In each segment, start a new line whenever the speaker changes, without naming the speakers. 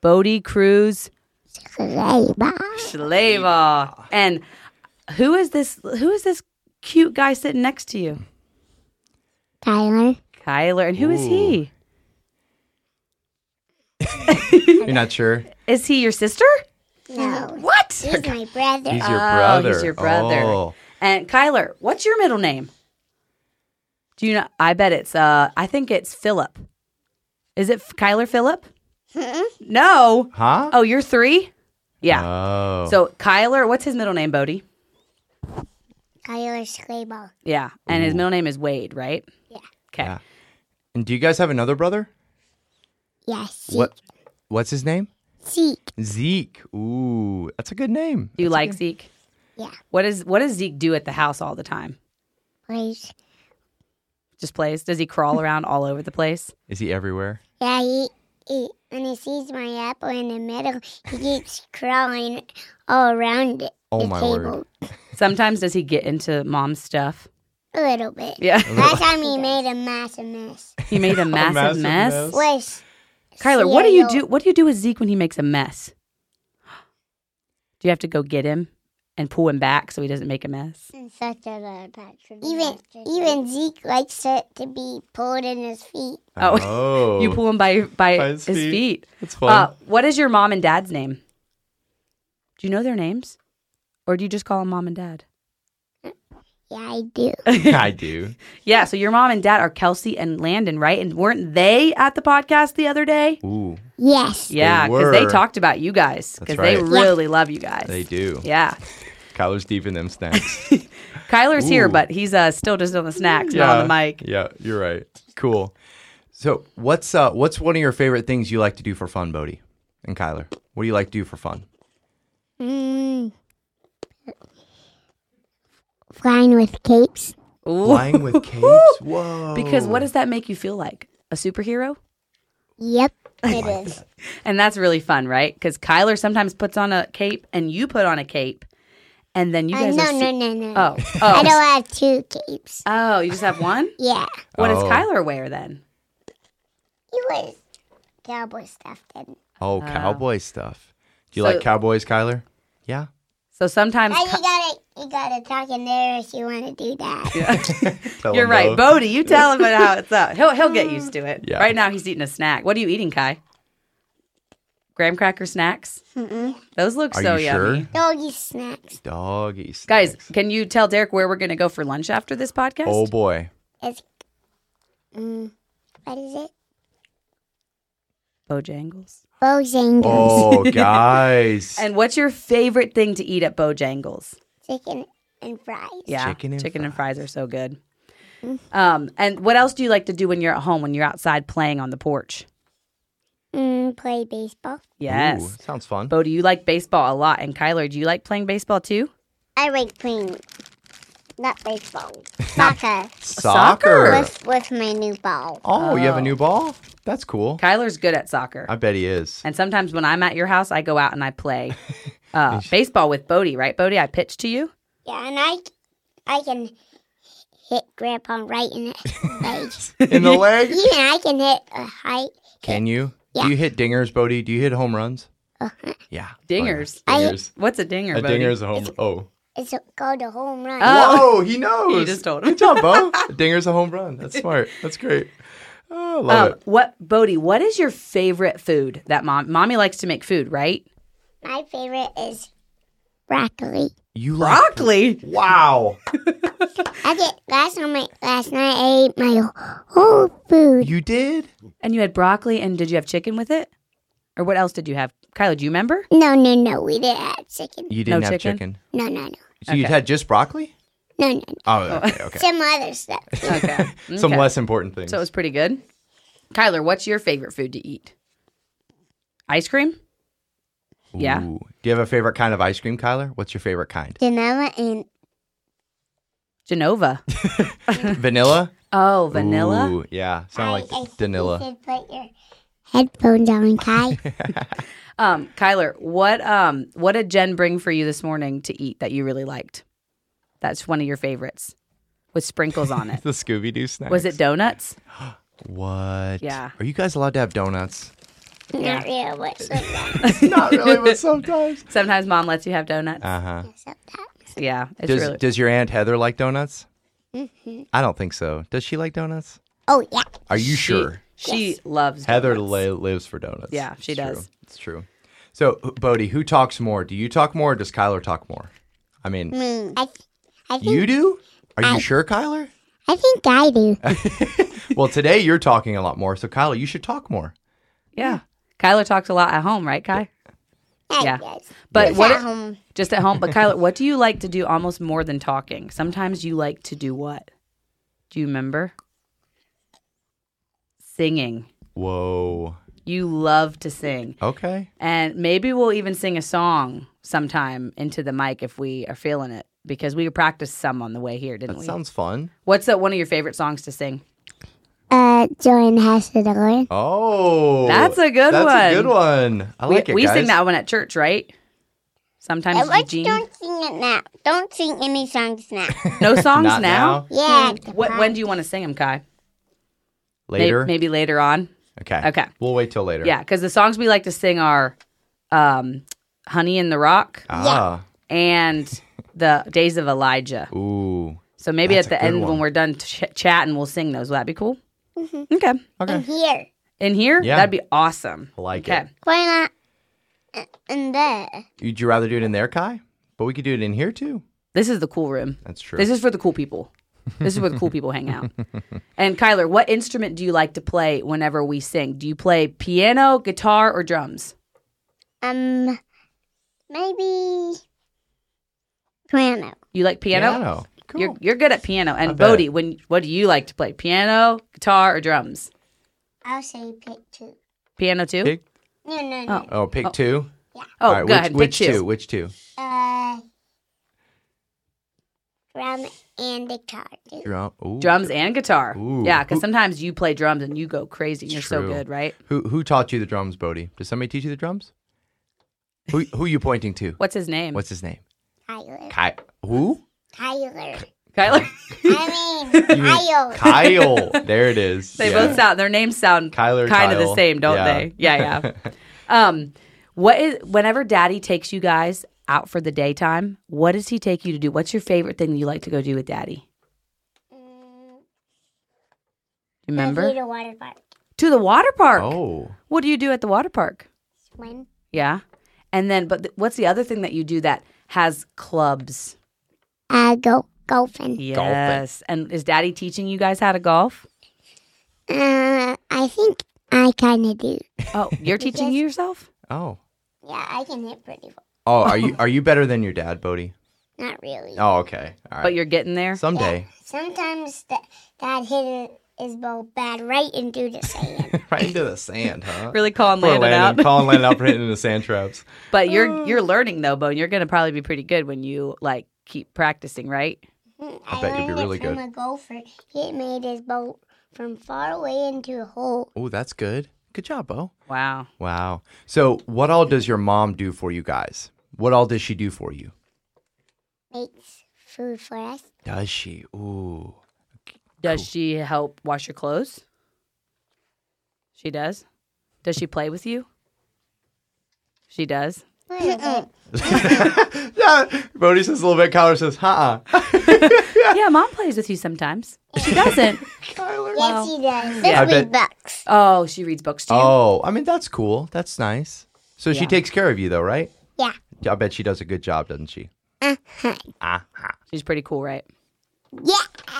Bodie Cruz Shleva. And who is this who is this cute guy sitting next to you?
Tyler.
Kyler. And who is he?
You're not sure.
Is he your sister?
No.
What?
He's my brother.
He's your
Oh,
brother.
he's your brother.
Oh.
And Kyler, what's your middle name? Do you know? I bet it's. Uh, I think it's Philip. Is it F- Kyler Philip? no.
Huh?
Oh, you're three. Yeah.
Oh.
so Kyler, what's his middle name? Bodie.
Tyler Scrabble.
Yeah, and his middle name is Wade, right?
Yeah.
Okay.
Yeah. and do you guys have another brother?
Yes. Zeke.
What? What's his name?
Zeke.
Zeke. Ooh, that's a good name.
You like Zeke?
Yeah.
What is What does Zeke do at the house all the time?
Please.
Just plays. Does he crawl around all over the place?
Is he everywhere?
Yeah, he, he, when he sees my apple in the middle, he keeps crawling all around it.
Oh,
the
my
table.
word.
Sometimes does he get into mom's stuff?
A little bit.
Yeah.
Last time he made a massive mess.
he made a massive,
massive
mess.
mess.
Was
Kyler, what do you do?
cereal.
What do you do with Zeke when he makes a mess? Do you have to go get him and pull him back so he doesn't make a mess?
such a loud patch.
Even even Zeke likes it to be pulled in his feet.
Oh.
Oh.
You pull him by by,
By
his
his
feet.
feet. That's fun.
Uh, what is your mom and dad's name? Do you know their names, or do you just call them mom and dad?
Yeah, I do.
I do.
Yeah. So your mom and dad are Kelsey and Landon, right? And weren't they at the podcast the other day?
Ooh,
Yes.
Yeah, because they
were.
talked about you guys
That's
because they
right.
really love you guys.
they do.
Yeah.
Kyler's deep in them snacks.
Kyler's here,
Ooh.
but he's uh, still just on the snacks, not on the mic.
Yeah, you're right. Cool. So, what's uh, what's one of your favorite things you like to do for fun, Bodie and Kyler? What do you like to do for fun?
Mm. Flying with capes.
Ooh.
Flying with capes. Whoa.
Because what does that make you feel like? A superhero?
Yep, it is.
And that's really fun, right? Because Kyler sometimes puts on a cape and you put on a cape. And then you
Uh,
guys
no,
are. su-
no, no, no.
Oh.
I don't
Oh.
have two capes.
oh, you just have one?
Yeah,
What does
Oh.
Kyler wear then?
he was cowboy stuff. Then
Oh, cowboy stuff. Do you
Uh, So-
like cowboys, Kyler? Yeah.
So sometimes.
Now Uh, you
Ky-
gotta you gotta talk in there if you want to do that.
Tell
You're
him
right.
no.
Bodie, you tell him about how it's up. He'll, he'll get used to it.
Yeah.
Right now, he's eating a snack. What are you eating, Kai? Graham cracker snacks? Those look
Are
so
you
yummy.
sure?
Doggy snacks.
Doggy.
Guys,
snacks.
can you tell Derek where we're going to go for lunch after this podcast?
Oh boy.
It's mm, what is it?
Bojangles.
Bojangles.
Oh, guys.
And what's your favorite thing to eat at Bojangles?
Chicken and fries.
Yeah,
Chicken and
fries are so good. Um, and what else do you like to do when you're at home? When you're outside playing on the porch?
Mm, play baseball.
Yes,
Ooh, sounds fun.
Bo, do you like baseball a lot? And Kyler, do you like playing baseball too?
I like playing not baseball, soccer
Soccer.
with with my new ball.
Oh, you have a new ball? That's cool.
Kyler's good at soccer,
I bet he is.
and sometimes when I'm at your house, I go out and I play uh, baseball with Bodie. Right, Bodie? I pitch to you.
Yeah, and I I can hit grandpa right in the leg.
In the leg?
Even I can hit a height.
Can you?
Yeah.
Do you hit dingers, Bodie? Do you hit home runs?
Uh-huh.
Yeah.
Dingers.
Oh, yeah.
I-
Dingers.
What's a dinger?
A
Bodie?
dinger is a home. Oh.
It's called a home run.
Whoa, he knows.
You just told him.
Good job, Bo. A dinger's a home run. That's smart. That's great. Oh, I love
Um,
it.
what, Bodie? What is your favorite food? That mom, mommy likes to make food, right?
My favorite is broccoli.
You like
Broccoli.
Wow.
I did last night. Last night I ate my whole food.
You did?
And you had broccoli, and did you have chicken with it? Or what else did you have? Kyla, do you remember?
No, no, no. We didn't have chicken.
You didn't
No
have
chicken?
chicken.
No, no, no,
So you had just broccoli?
no, no. no.
Oh, okay, okay.
Some other stuff.
Okay.
Some
Okay.
less important things.
So it was pretty good. Kyler, what's your favorite food to eat? Ice cream? yeah.
Ooh. Do you have a favorite kind of ice cream, Kyler? What's your favorite kind?
Vanilla and
Genova.
Vanilla?
Oh, vanilla.
Ooh, yeah. Sound like
I- I think You
vanilla.
should put your headphones on, Kai.
Um, Kyler, what um what did Jen bring for you this morning to eat that you really liked? That's one of your favorites. With sprinkles on it.
The Scooby Doo snack.
Was it donuts?
What?
Yeah.
Are you guys allowed to have donuts?
Not real, but sometimes.
Not really, but sometimes.
Sometimes mom lets you have donuts.
Uh huh.
sometimes.
yeah, it's
Does
really
Does your aunt Heather like donuts? I don't think so. Does she like donuts?
Oh, yeah.
Are you
she-
sure?
She loves
Heather
donuts.
li- lives for donuts.
Yeah, she
It's true.
does.
It's true. So, who- Bodie, who talks more? Do you talk more or does Kyler talk more? I mean,
Me. I, th- I, think,
you do? Are you sure, Kyler?
I think I do.
Well, today you're talking a lot more. So, Kyler, you should talk more.
Yeah. Kyler talks a lot at home, right, Kai?
I
Yeah.
guess.
But what
At home.
just at home. But Kyler, what do you like to do almost more than talking? Sometimes you like to do what? Do you remember? Singing.
Whoa.
You love to sing.
Okay.
And maybe we'll even sing a song sometime into the mic if we are feeling it because we practiced some on the way here, didn't
That
we?
sounds fun.
What's that one of your favorite songs to sing?
Uh, join House of the Lord.
Oh.
That's a good
That's a
one.
good one. I
we
like it.
we sing
guys.
that one at church, right? Sometimes
Let's
Eugene.
don't sing it now. Don't sing any songs now.
No songs
Not
now.
now.
yeah. the
What,
prom-
when do you want to sing them, Kai? May-
later.
maybe later on.
Okay.
Okay.
We'll wait till later.
Yeah, because the songs we like to sing are um, "Honey in the Rock"
Ah.
and "The Days of Elijah."
Ooh.
So maybe
That's
at
a
the
good
end
one.
when we're done ch- chatting, we'll sing those. Will that be cool? Okay.
In here.
In here,
Yeah.
that'd be awesome.
I like
Uh, okay.
it.
Why not? uh, In there.
Would you rather do it in there, Kai? But we could do it in here too.
This is the cool room.
That's true.
This is for the cool people. This is where the cool people hang out. And Kyler, what instrument do you like to play whenever we sing? Do you play piano, guitar, or drums?
Um, maybe piano.
You like piano?
Piano. Cool.
You're you're good at piano. And
bet.
Bodie, when what do you like to play? Piano, guitar, or drums?
I'll say pick two.
Piano too.
Pick-
No, no, no.
oh, pick two.
oh,
All right,
go
which,
ahead.
Which
pick
two? Which two?
Uh, drum and guitar. Dude.
Drum. Ooh.
Drums and guitar.
Ooh.
Yeah, because sometimes you play drums and you go crazy. and You're so
True.
good, right?
Who who taught you the drums, Bodie? Did somebody teach you the drums? Who who you pointing to?
What's his name?
What's his name?
Tyler.
Kai. Who?
Tyler.
Kyler?
I mean, Kyle.
Kyle. there it is.
they
Yeah.
both sound. Their names sound
Kyler.
kind of the
Kyle.
same, don't
Yeah.
they? Yeah, yeah. um, what is whenever Daddy takes you guys out for the daytime? What does he take you to do? What's your favorite thing that you like to go do with Daddy?
Mm,
Remember
Mojito water park.
to the water park.
Oh.
What do you do at the water park?
Swim.
Yeah. And then, but th- what's the other thing that you do that has clubs?
Uh, go golfing.
Yes. And is daddy teaching you guys how to golf?
Uh, I think I kind of do.
Oh, you're teaching you yourself?
Oh.
Yeah, I can hit pretty well.
Oh, are you are you better than your dad, Bodie?
Not really.
Oh, okay.
But
All right.
you're getting there?
Someday.
Sometimes that dad hit his ball bad right into the sand.
right into the sand, huh?
Really calling
Poor
Landon out.
Landon. Colin Landon out for hitting the sand traps.
But
Uh.
you're you're learning though, Bo, and you're gonna probably be pretty good when you like keep practicing, right?
I,
bet you'd be
learned it
really
from
good.
a golfer. He made his ball from far away into a hole.
Oh, that's good. Good job, Bo.
Wow.
Wow. So, what all does your mom do for you guys? What all does she do for you?
Makes food for us.
Does she? Ooh.
Does she help wash your clothes? She does? Does she play with you? She does.
Little bit.
Yeah. Bodie says a little bit. Kyler says, huh.
yeah, mom plays with you sometimes. She doesn't.
Kyler.
Yes, he does.
Yeah.
I
Fifty
bet-
bucks.
Oh, she reads books to you.
Oh, I mean, that's cool. That's nice. So, she
Yeah.
takes care of you, though, right?
Yeah.
I bet she does a good job, doesn't she? Uh-huh.
She's pretty cool, right?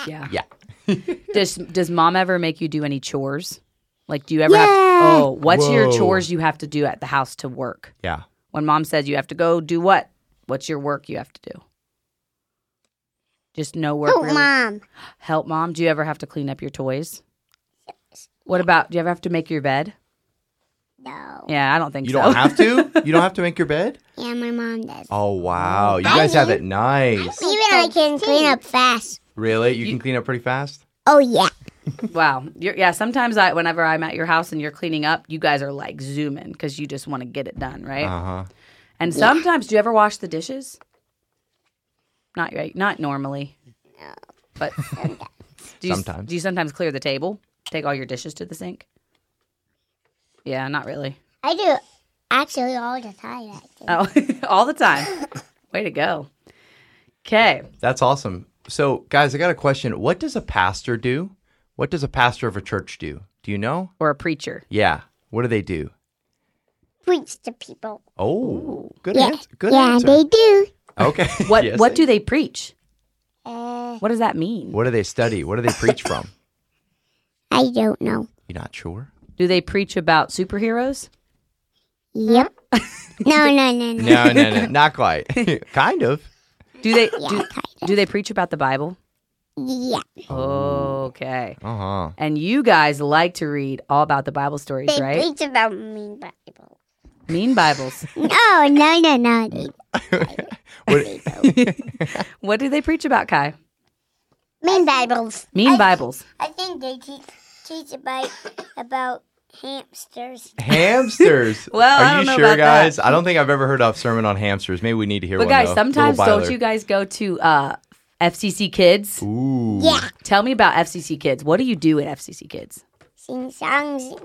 Yeah.
Yeah.
Yeah.
Does Does mom ever make you do any chores? Like, do you ever have? Oh, what's your
Whoa.
chores you have to do at the house to work?
Yeah.
When mom says you have to go do what? What's your work you have to do? Just no work.
Oh,
really.
mom.
Help mom. Do you ever have to clean up your toys? What about? Do you ever have to make your bed?
No.
Yeah, I don't think
You
so.
don't have to? You don't have to make your bed?
Yeah, my mom does.
Oh, wow. You guys have it nice.
Even I can clean up fast.
Really? You can clean up pretty fast?
Oh yeah.
wow. You're, yeah. Sometimes I, whenever I'm at your house and you're cleaning up, you guys are like zooming because you just want to get it done, right?
Uh huh.
And sometimes, do you ever wash the dishes? Not right, not normally. But do you,
Sometimes.
do you sometimes clear the table? Take all your dishes to the sink? Yeah, not really.
I do it actually all the time. Actually.
Oh, all the time. Way to go. Okay.
That's awesome. So, guys, I got a question. What does a pastor do? What does a pastor of a church do? Do you know?
Or a preacher.
Yeah. What do they do?
Preach to people.
Oh, good
Yeah.
answer. Good
yeah,
answer.
they do.
Okay.
What
Yes,
what
they-
do they preach?
Uh,
What does that mean?
What do they study? What do they preach from?
I don't know.
You not sure?
Do they preach about superheroes?
Yep. no, no, no, no.
No, no, no. Not quite. kind of.
Do they
Yeah,
do,
kind
do they preach about the Bible?
Yeah.
Oh.
Okay.
Uh-huh.
And you guys like to read all about the Bible stories,
They
right?
preach about me Bible.
Mean Bibles.
No, no, no, no. They,
What,
What do they preach about, Kai?
mean Bibles.
Mean
I-
Bibles.
I think they teach teach about about hamsters.
hamsters.
Well,
Are
I don't
you
know
sure,
about that.
guys? I don't think I've ever heard of sermon on hamsters. Maybe we need to hear
But
one.
guys,
though.
sometimes
Little
don't you guys go to uh, FCC Kids?
Byler. Ooh.
Yeah.
Tell me about FCC Kids. What do you do at FCC Kids?
Sing songs,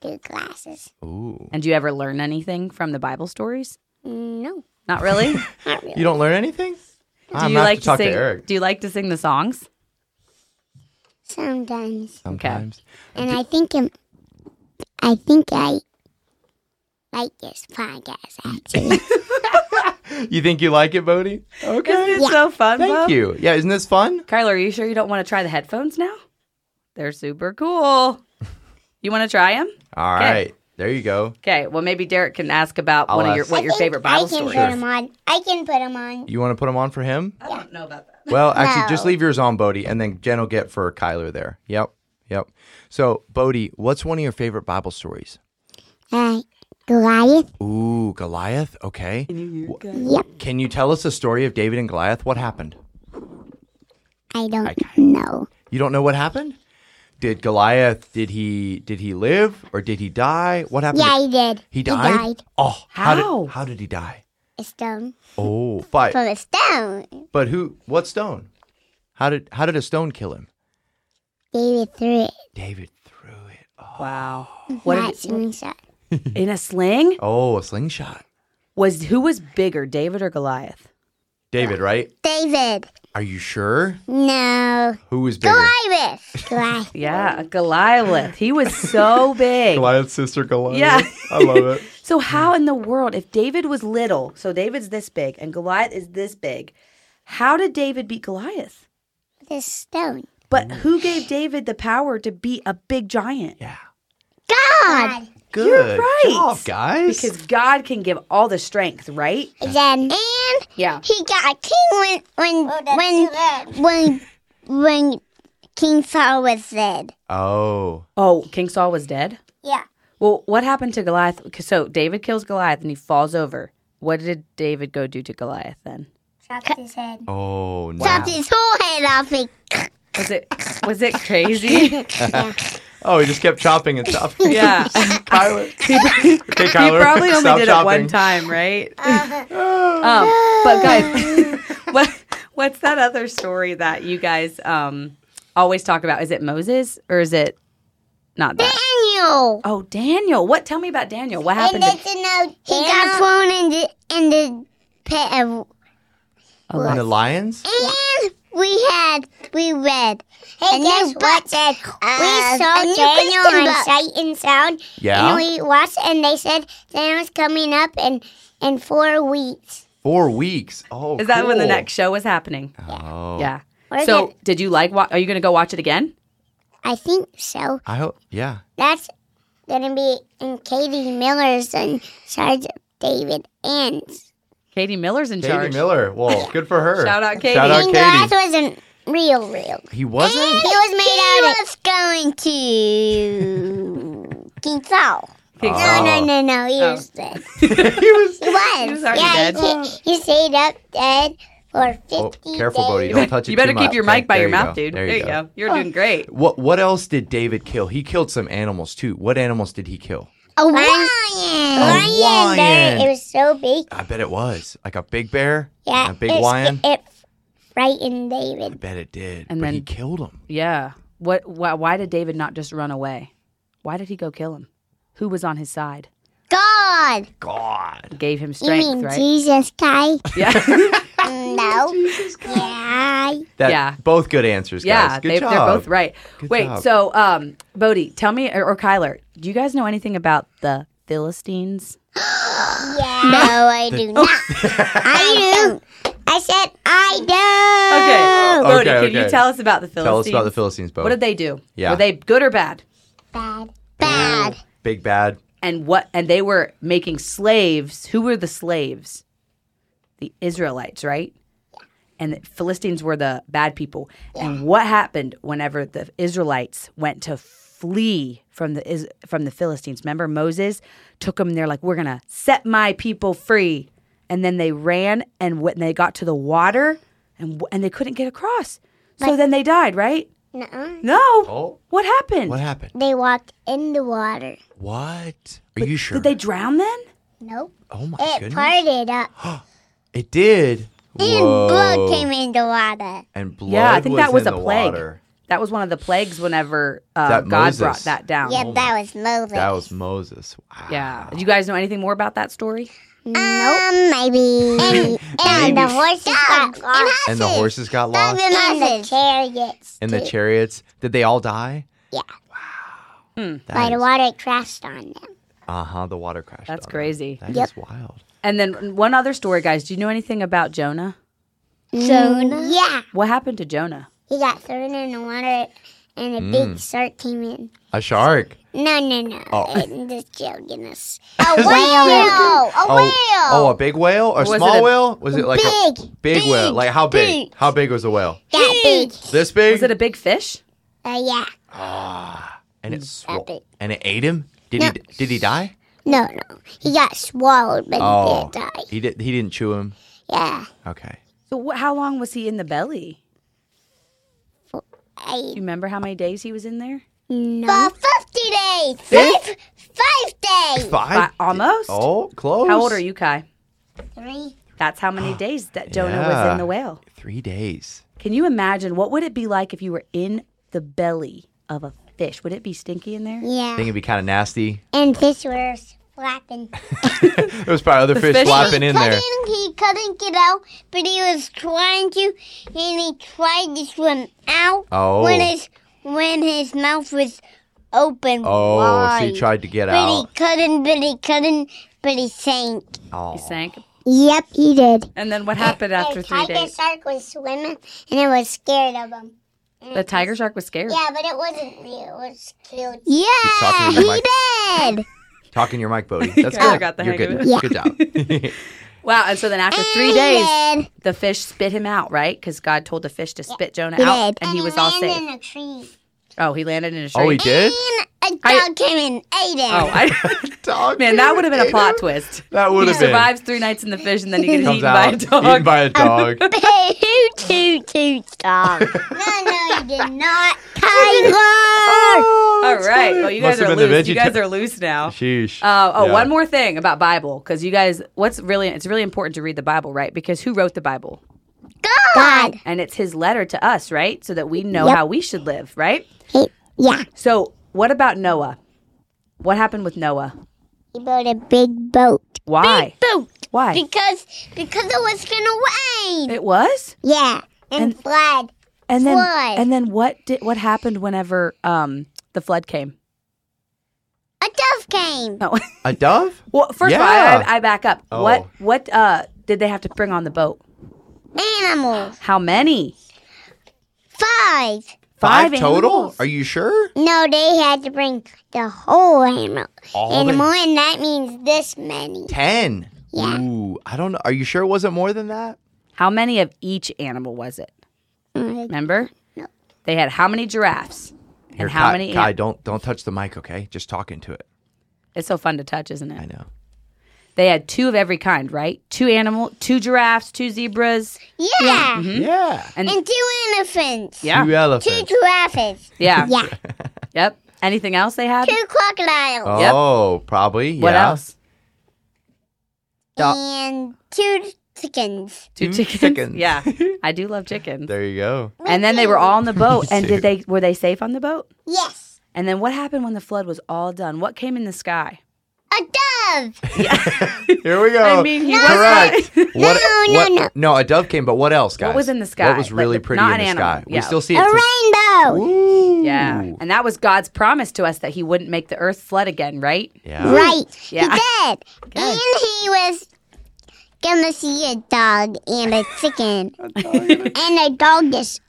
do classes.
Ooh.
And do you ever learn anything from the Bible stories?
No,
Not really. do
not really.
You don't learn anything? Do I'm
you
gonna have
like
to talk
sing?
to Eric
Do you like to sing the songs?
Sometimes,
sometimes.
and I think i I think I like this podcast actually.
You think you like it, Bodie?
Isn't
Okay.
it so fun?
Thank
Bob?
you. Yeah, isn't this fun?
Kyler, are you sure you don't want to try the headphones now? They're super cool. You want to try them?
All right. There you go.
Okay. Well, maybe Derek can ask about
I'll
one of your
ask.
what
I
your
think
favorite Bible
I can
stories.
put 'em on. I can put them on.
You want to put them on for him?
I don't know about that.
Well, actually, just
No.
leave yours on, Bodie, and then Jen will get for Kyler there. Yep. Yep. So, Bodie, what's one of your favorite Bible stories?
Uh, Goliath.
Ooh, Goliath. Okay.
Yep.
Can you tell us the story of David and Goliath? What happened?
I don't know.
You don't know what happened? Did Goliath did he did he live or did he die? What happened?
Yeah,
to-
he did.
he died. Oh,
How?
did how did he die?
A stone.
Oh, fight.
From a stone.
But who? What stone? How did how did a stone kill him?
David threw it.
David threw it. Oh,
Wow.
Not
What did
swimming shot.
it, in a sling
oh a slingshot.
was who was bigger, David or Goliath?
David, right?
David.
Are you sure?
No.
Who was bigger?
Goliath. Goliath.
Yeah, Goliath. He was so big.
Goliath's sister Goliath.
Yeah.
I love it.
So how in the world, if David was little, so David's this big and Goliath is this big, how did David beat Goliath?
This stone.
But who gave David the power to beat a big giant?
Yeah.
God.
Good
right.
job, guys.
Because God can give all the strength, right?
Then and
Yeah.
he got a king when when when when when King Saul was dead.
oh,
Oh, King Saul was dead?
Yeah.
Well, what happened to Goliath? So David kills Goliath and he falls over. What did David go do to Goliath then?
Chopped his head.
oh no.
Chopped his whole head off. He
Was it was it crazy?
Oh, he just kept chopping and chopping.
yeah.
Kyler. okay,
He
Kyler.
probably only
stop
did it
chopping.
one time, right? um, but guys, what what's that other story that you guys um, always talk about? Is it Moses or is it not that?
Daniel.
Oh, Daniel. What? Tell me about Daniel. What happened? To,
know he got thrown in the in the pit of
And the lions?
And we had, we read. Hey, and guess what? Said, we saw Daniel on Sight and Sound.
Yeah.
And we watched, and they said Daniel's coming up in, in four weeks.
Four weeks. Oh,
is that when the
cool.
next show was happening?
Oh,
Yeah.
Or
So,
again.
did you like? Wa- are you going to go watch it again?
I think so.
I hope. Yeah.
That's going to be in Katie Miller's and Sergeant David and.
Katie Miller's in
Katie
charge.
Miller. Well, good for her.
Shout out Katie.
Shout out
And
Katie.
Glass wasn't real, real.
He wasn't.
He was made out of. going to King Saul.
King
No,
Saul.
no, no, no. He was dead.
he was.
He was.
He was already
yeah,
dead.
He, ca- he stayed up dead for 50
Oh, careful, Bodie.
days.
Don't touch it.
You better
too
keep
much.
your mic by
There
your
you
mouth,
go.
dude. There you, go. You're doing great.
What What else did David kill? He killed some animals too. What animals did he kill?
A lion. A
A
lion.
lion.
There. It was so big.
I bet it was like a big bear.
Yeah.
a big
it,
lion.
It, it frightened
I
David.
bet it did.
And
but
then-
he killed him.
Yeah. What? Why, why did David not just run away? Why did he go kill him? Who was on his side?
God.
God.
Gave him
You
strength,
mean
right?
Jesus Christ?
Yeah.
No. Yeah.
That,
Yeah.
Both good answers, guys.
yeah.
Good
They,
job.
they're both right.
Good
Wait,
job.
so um, Bodhi, tell me, or, or Kyler, do you guys know anything about the Philistines?
Yeah. No, I do
Oh.
not. I do. I said I do.
Okay. Bodhi,
Okay,
can you
okay.
tell us about the Philistines?
Tell us about the Philistines, Bo.
What did they do?
Yeah.
Were they good or bad?
Bad. Bad.
Big bad.
and what and they were making slaves who were the slaves the israelites right and the philistines were the bad people and what happened whenever the israelites went to flee from the Is- from the philistines remember moses took them they're like we're gonna set my people free and then they ran and when they got to the water and w- and they couldn't get across so then they died right
No.
no
Oh.
what happened
What happened?
Uh-uh. They walked in the water.
What? Are you sure?
did they drown then
Nope.
oh my
It
goodness.
parted up.
it did.
And
Whoa.
blood came in the water.
And blood
Yeah, I think that was
in
a
the
plague.
water.
That was one of the plagues whenever uh,
That
God
Moses.
brought that down.
Yeah, that was Moses.
Oh That was Moses. Wow.
Yeah. Do you guys know anything more about that story?
nope. Um, maybe. And, and the horses got lost.
And the horses got
And
lost.
the chariots.
And the
too.
chariots. Did they all die?
Yeah.
Hmm.
Wow.
By the water crashed on them.
Uh huh. The water crashed.
That's
on them.
crazy.
That is
Yep.
wild.
And then one other story, guys. Do you know anything about Jonah?
Jonah? Mm, Yeah.
What happened to Jonah?
He got thrown in the water and a big shark came in.
A shark.
No, no, no.
Mm. Oh.
It just joking us. A whale! A whale!
Oh, oh, a big whale? A
Was it
small
a-
whale? Was it like a
Big,
big, whale?
big,
Like how big?
big.
How big was the whale?
that big.
This big?
Was it a big fish?
Uh, yeah.
Ah, and it
big.
swallowed. And it ate him. Did
No.
he? Did he die?
No, no. He got swallowed, but
Oh,
he did die.
he did. He didn't chew him.
Yeah.
Okay.
So wh- how long was he in the belly?
I
Do you remember how many days he was in there?
no. For 50 days!
Fif-
Five days!
Fi-
Five.
almost.
Oh, close.
How old are you, Kai?
Three.
That's how many days that Jonah was
Yeah.
in the whale.
Three days.
Can you imagine? What would it be like if you were in the belly of a fish? Would it be stinky in there?
I
Yeah.
think it'd be kind of nasty.
And fish were flapping.
There was probably other fish,
fish-
flopping in there.
couldn't- He couldn't get out, but he was trying to, and he tried to swim out
Oh.
when his when his mouth was open
Oh,
wide.
so he tried to get
but he
out.
couldn't. But he couldn't. But he sank.
Oh.
He sank.
Yep, he did.
And then what happened after
the
three
tiger
days?
shark was swimming, and it was scared of him.
The tiger shark was scared.
Yeah, but it wasn't real. It was cute.
talking
Yeah,
to the mic.
did.
Talking to your mic, Bodie. That's
Kinda
good.
got the
You're
hang of
good.
it.
Good job.
Wow. And so then after three
He
days,
did.
the fish spit him out, right? Because God told the fish to spit Jonah
He
out,
did.
and he was all
landed
safe.
in a tree.
Oh, he landed in a tree.
oh, he did.
And a dog
I-
came and ate him.
Oh, I,
Dog
man, that
food
would have been a
ate
plot
him.
twist.
That would
He
have been.
survives three nights in the fish, and then he gets
Comes
eaten
out,
by a dog.
Eaten by a dog.
Hoot, toot, toot, stop. no, no, you did not. Kyler!
Oh,
all
that's
right.
funny.
Well, you
Must
guys
have
are
been the
loose. You
veggie
guys
ta-
are loose now.
Sheesh.
Uh, oh,
Yeah.
one more thing about Bible, because you guys, what's really, it's really important to read the Bible, right? Because who wrote the Bible?
God.
And it's his letter to us, right? So that we know how we should live, right?
He, yeah.
So, what about Noah? What happened with Noah?
He built a big boat.
Why?
Boat.
Why?
Because because it was gonna rain.
It was?
Yeah. And, flood.
And then
Flood.
and then what did what happened whenever um the flood came?
A dove came.
No.
A dove?
well, first
Yeah.
of all, I, I back up.
Oh.
What what uh did they have to bring on the boat? Oh.
Animals.
How many?
Five.
Five
total?
animals.
Are you sure?
No, they had to bring the whole animal.
All the-
animal, and that means this many.
Ten.
Yeah.
Ooh, I don't know. Are you sure it wasn't more than that?
How many of each animal was it?
Mm,
Remember?
No.
They had how many giraffes?
Here,
how
Kai,
many
Kai,
ant-
don't don't touch the mic, okay? Just talk into it.
It's so fun to touch, isn't
I
it?
know.
They had two of every kind, right? Two animal, two giraffes, two zebras.
Yeah.
Yeah.
Hmm? And-
Mm-hmm. And two elephants.
Yeah.
Two
Two
elephants.
giraffes.
Yeah.
Yeah.
Yep. Anything else they had?
Two crocodiles.
Yep.
Oh, probably. Yeah.
What else? Dog-
and two chickens.
Two,
Two
chickens.
chickens.
Yeah. I do love chickens.
There you go.
And then they were all on the boat. And did they were they safe on the boat?
Yes.
And then what happened when the flood was all done? What came in the sky?
a dove.
Here we go.
I mean, he was
correct.
right.
What,
No, no,
what-
no.
a dove came, but what else, guys?
was in the sky?
What was
Like,
really
the-
pretty
not
in the
an
sky?
animal.
We
Yeah.
still see
A
it. to-
rainbow.
Ooh.
Yeah. And that was God's promise to us that he wouldn't make the earth flood again, right?
Yeah.
Right.
Yeah.
He did. And he was gonna see a dog and a chicken. and a dog just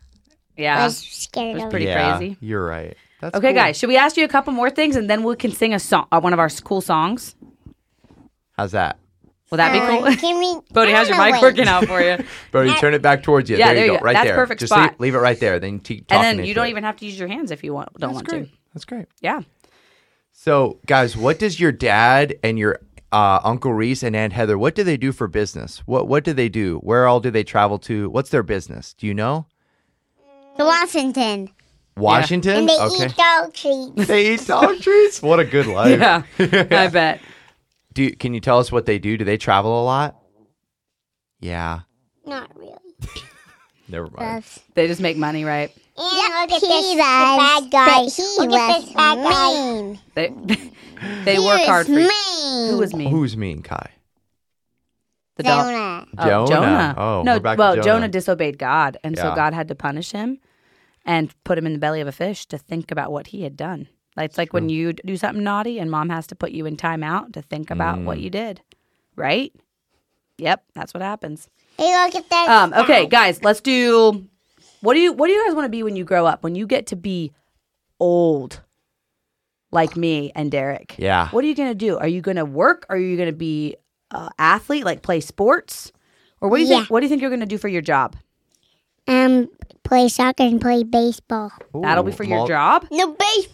Yeah.
was scared
was
of
pretty
it.
yeah,
crazy.
You're right. That's
Okay,
cool.
guys, should we ask you a couple more things and then we can sing a song, uh, one of our s- cool songs?
How's that?
Will that be
Um,
cool?
can we?
Bodie,
I
how's your
don't
mic
know, wait.
working out for you?
Brody, turn it back towards you.
Yeah,
there,
there
you
you
go.
go.
Right
That's
there.
perfect
Just
spot.
Leave, leave it right there. Then you keep talking.
and then you
into
don't
it.
even have to use your hands if you want, don't
That's
want
great.
to.
That's great.
Yeah.
So, guys, what does your dad and your uh, Uncle Reese and Aunt Heather, what do they do for business? What What do they do? Where all do they travel to? What's their business? Do you know?
To Washington.
Washington?
And they
okay.
eat dog treats.
they eat dog treats? What a good life.
Yeah. I bet.
Do you- Can you tell us what they do? Do they travel a lot? Yeah.
Not really.
Never mind.
Doves.
They just make money, right?
And look at this bad guy. But he look at this bad mean.
They they work
he
hard for
was
you.
mean.
Who was me?
Who's mean, Kai?
the dog.
Donut.
Oh,
Jonah.
Jonah.
Oh,
no,
we're back to
well,
Jonah.
disobeyed God, and
Yeah.
so God had to punish him and put him in the belly of a fish to think about what he had done. Like, It's like when you do something naughty and mom has to put you in timeout to think about what
Mm.
you did, right? Yep, that's what happens.
Hey, look at that.
Um, okay, guys, let's do. What do you What do you guys want to be when you grow up? When you get to be old, like me and Derek?
Yeah.
What are you gonna do? Are you gonna work? Are you gonna be uh, athlete, like play sports, or what do you
Yeah.
think? What do you think you're gonna do for your job?
Um, play soccer and play baseball.
That'll
Ooh,
be for your
mul-
job.
No, base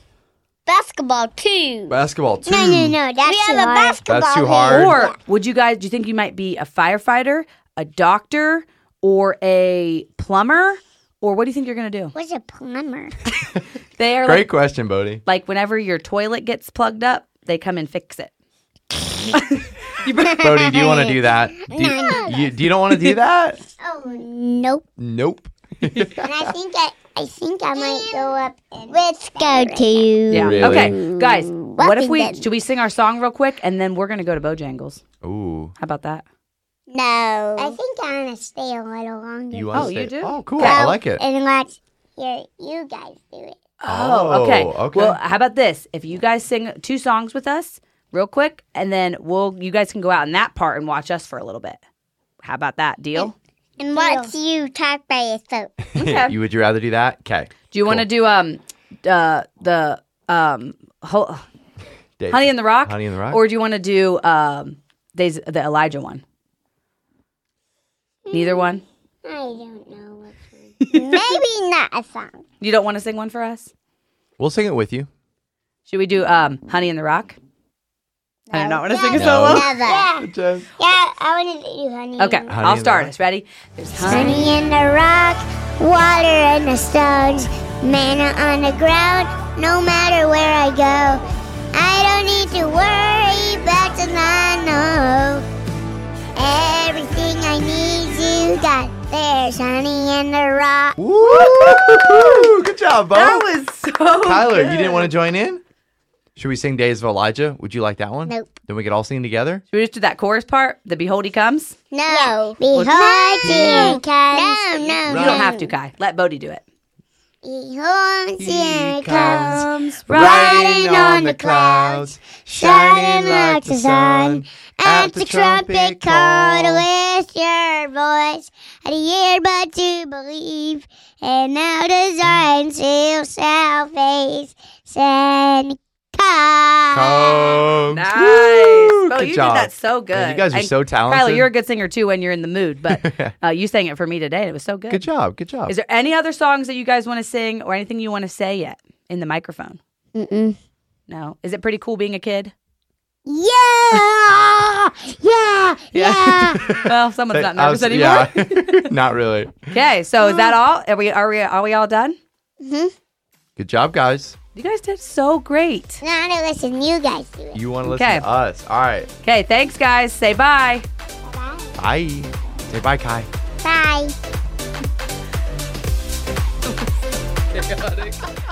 basketball too.
Basketball, too.
No, no, no. That's Hmm. we have a basketball.
That's too hard.
Or would you guys? Do you think you might be a firefighter, a doctor, or a plumber, or what do you think you're gonna do?
What's a plumber?
They are
Great question, Bodie.
like whenever your toilet gets plugged up, they come and fix it. You br-
Bodie, do you want to do that? Do you, you, do you don't want to do that?
oh, nope.
Nope.
And I think I, I think I might go up. And Let's go to.
yeah.
Really?
Okay, guys. What if we
Washington.
should we sing our song real quick and then we're gonna go to Bojangles?
Ooh.
How about that?
No. I think I'm gonna stay a little longer.
You wanna
Oh, you
stay-
do?
Oh, cool. I like it.
And watch. Here, you guys do it.
Oh,
okay.
okay.
Well, how about this? If you guys sing two songs with us real quick, and then we'll you guys can go out in that part and watch us for a little bit. How about that deal?
And watch you talk by yourself.
Okay.
you would you rather do that? Okay.
Do you want to do um uh the um ho- Honey in the Rock?
Honey in the Rock.
Or do you want to do um days the Elijah one? Neither one.
I don't know which one. Maybe not a song.
You don't want to sing one for us?
we'll sing it with you.
Should we do um Honey in the Rock? I do not want to sing a
No.
solo.
Never. Yeah, yeah I wanted to do honey.
Okay,
and-
I'll
in the
start
Rock.
us. Ready? There's honey.
Honey in the rock, water in the stones, manna on the ground, no matter where I go. I don't need to worry about the I know. Everything I need you got. There's honey in the rock.
Woo! Good job, Bo.
That was so
Oh,
Tyler,
good.
you didn't want to join in? Should we sing Days of Elijah? Would you like that one?
Nope.
Then we could all sing together?
Should we just do that chorus part? The behold he comes.
No. Behold you comes. No, no.
You don't have to, Kai. Let Bodie do it.
Behold you comes.
comes
riding on the clouds, shining like the sun. At the trumpet call with your voice, I hear but to believe, and now desire until salvation send come.
Comes.
Nice.
Woo!
Bo,
Good
you
job.
did that so good.
Man, you guys are
And
so talented.
Kyler, you're a good singer too when you're in the mood, but uh, you sang it for me today and it was so good.
Good job. Good job.
Is there any other songs that you guys want to sing or anything you want to say yet in the microphone?
Mm-mm.
No. Is it pretty cool being a kid?
Yeah, yeah, yeah.
well, someone's not
I
nervous
was-
anymore.
Yeah. Not really.
Okay, so is that all? Are we are we are we all done?
Good job, guys.
You guys did so great.
now I'm gonna listen. You guys do it.
You want to listen
Okay.
to us. All right.
Okay, thanks guys. Say bye.
Bye.
Bye. Say bye, Kai.
Bye.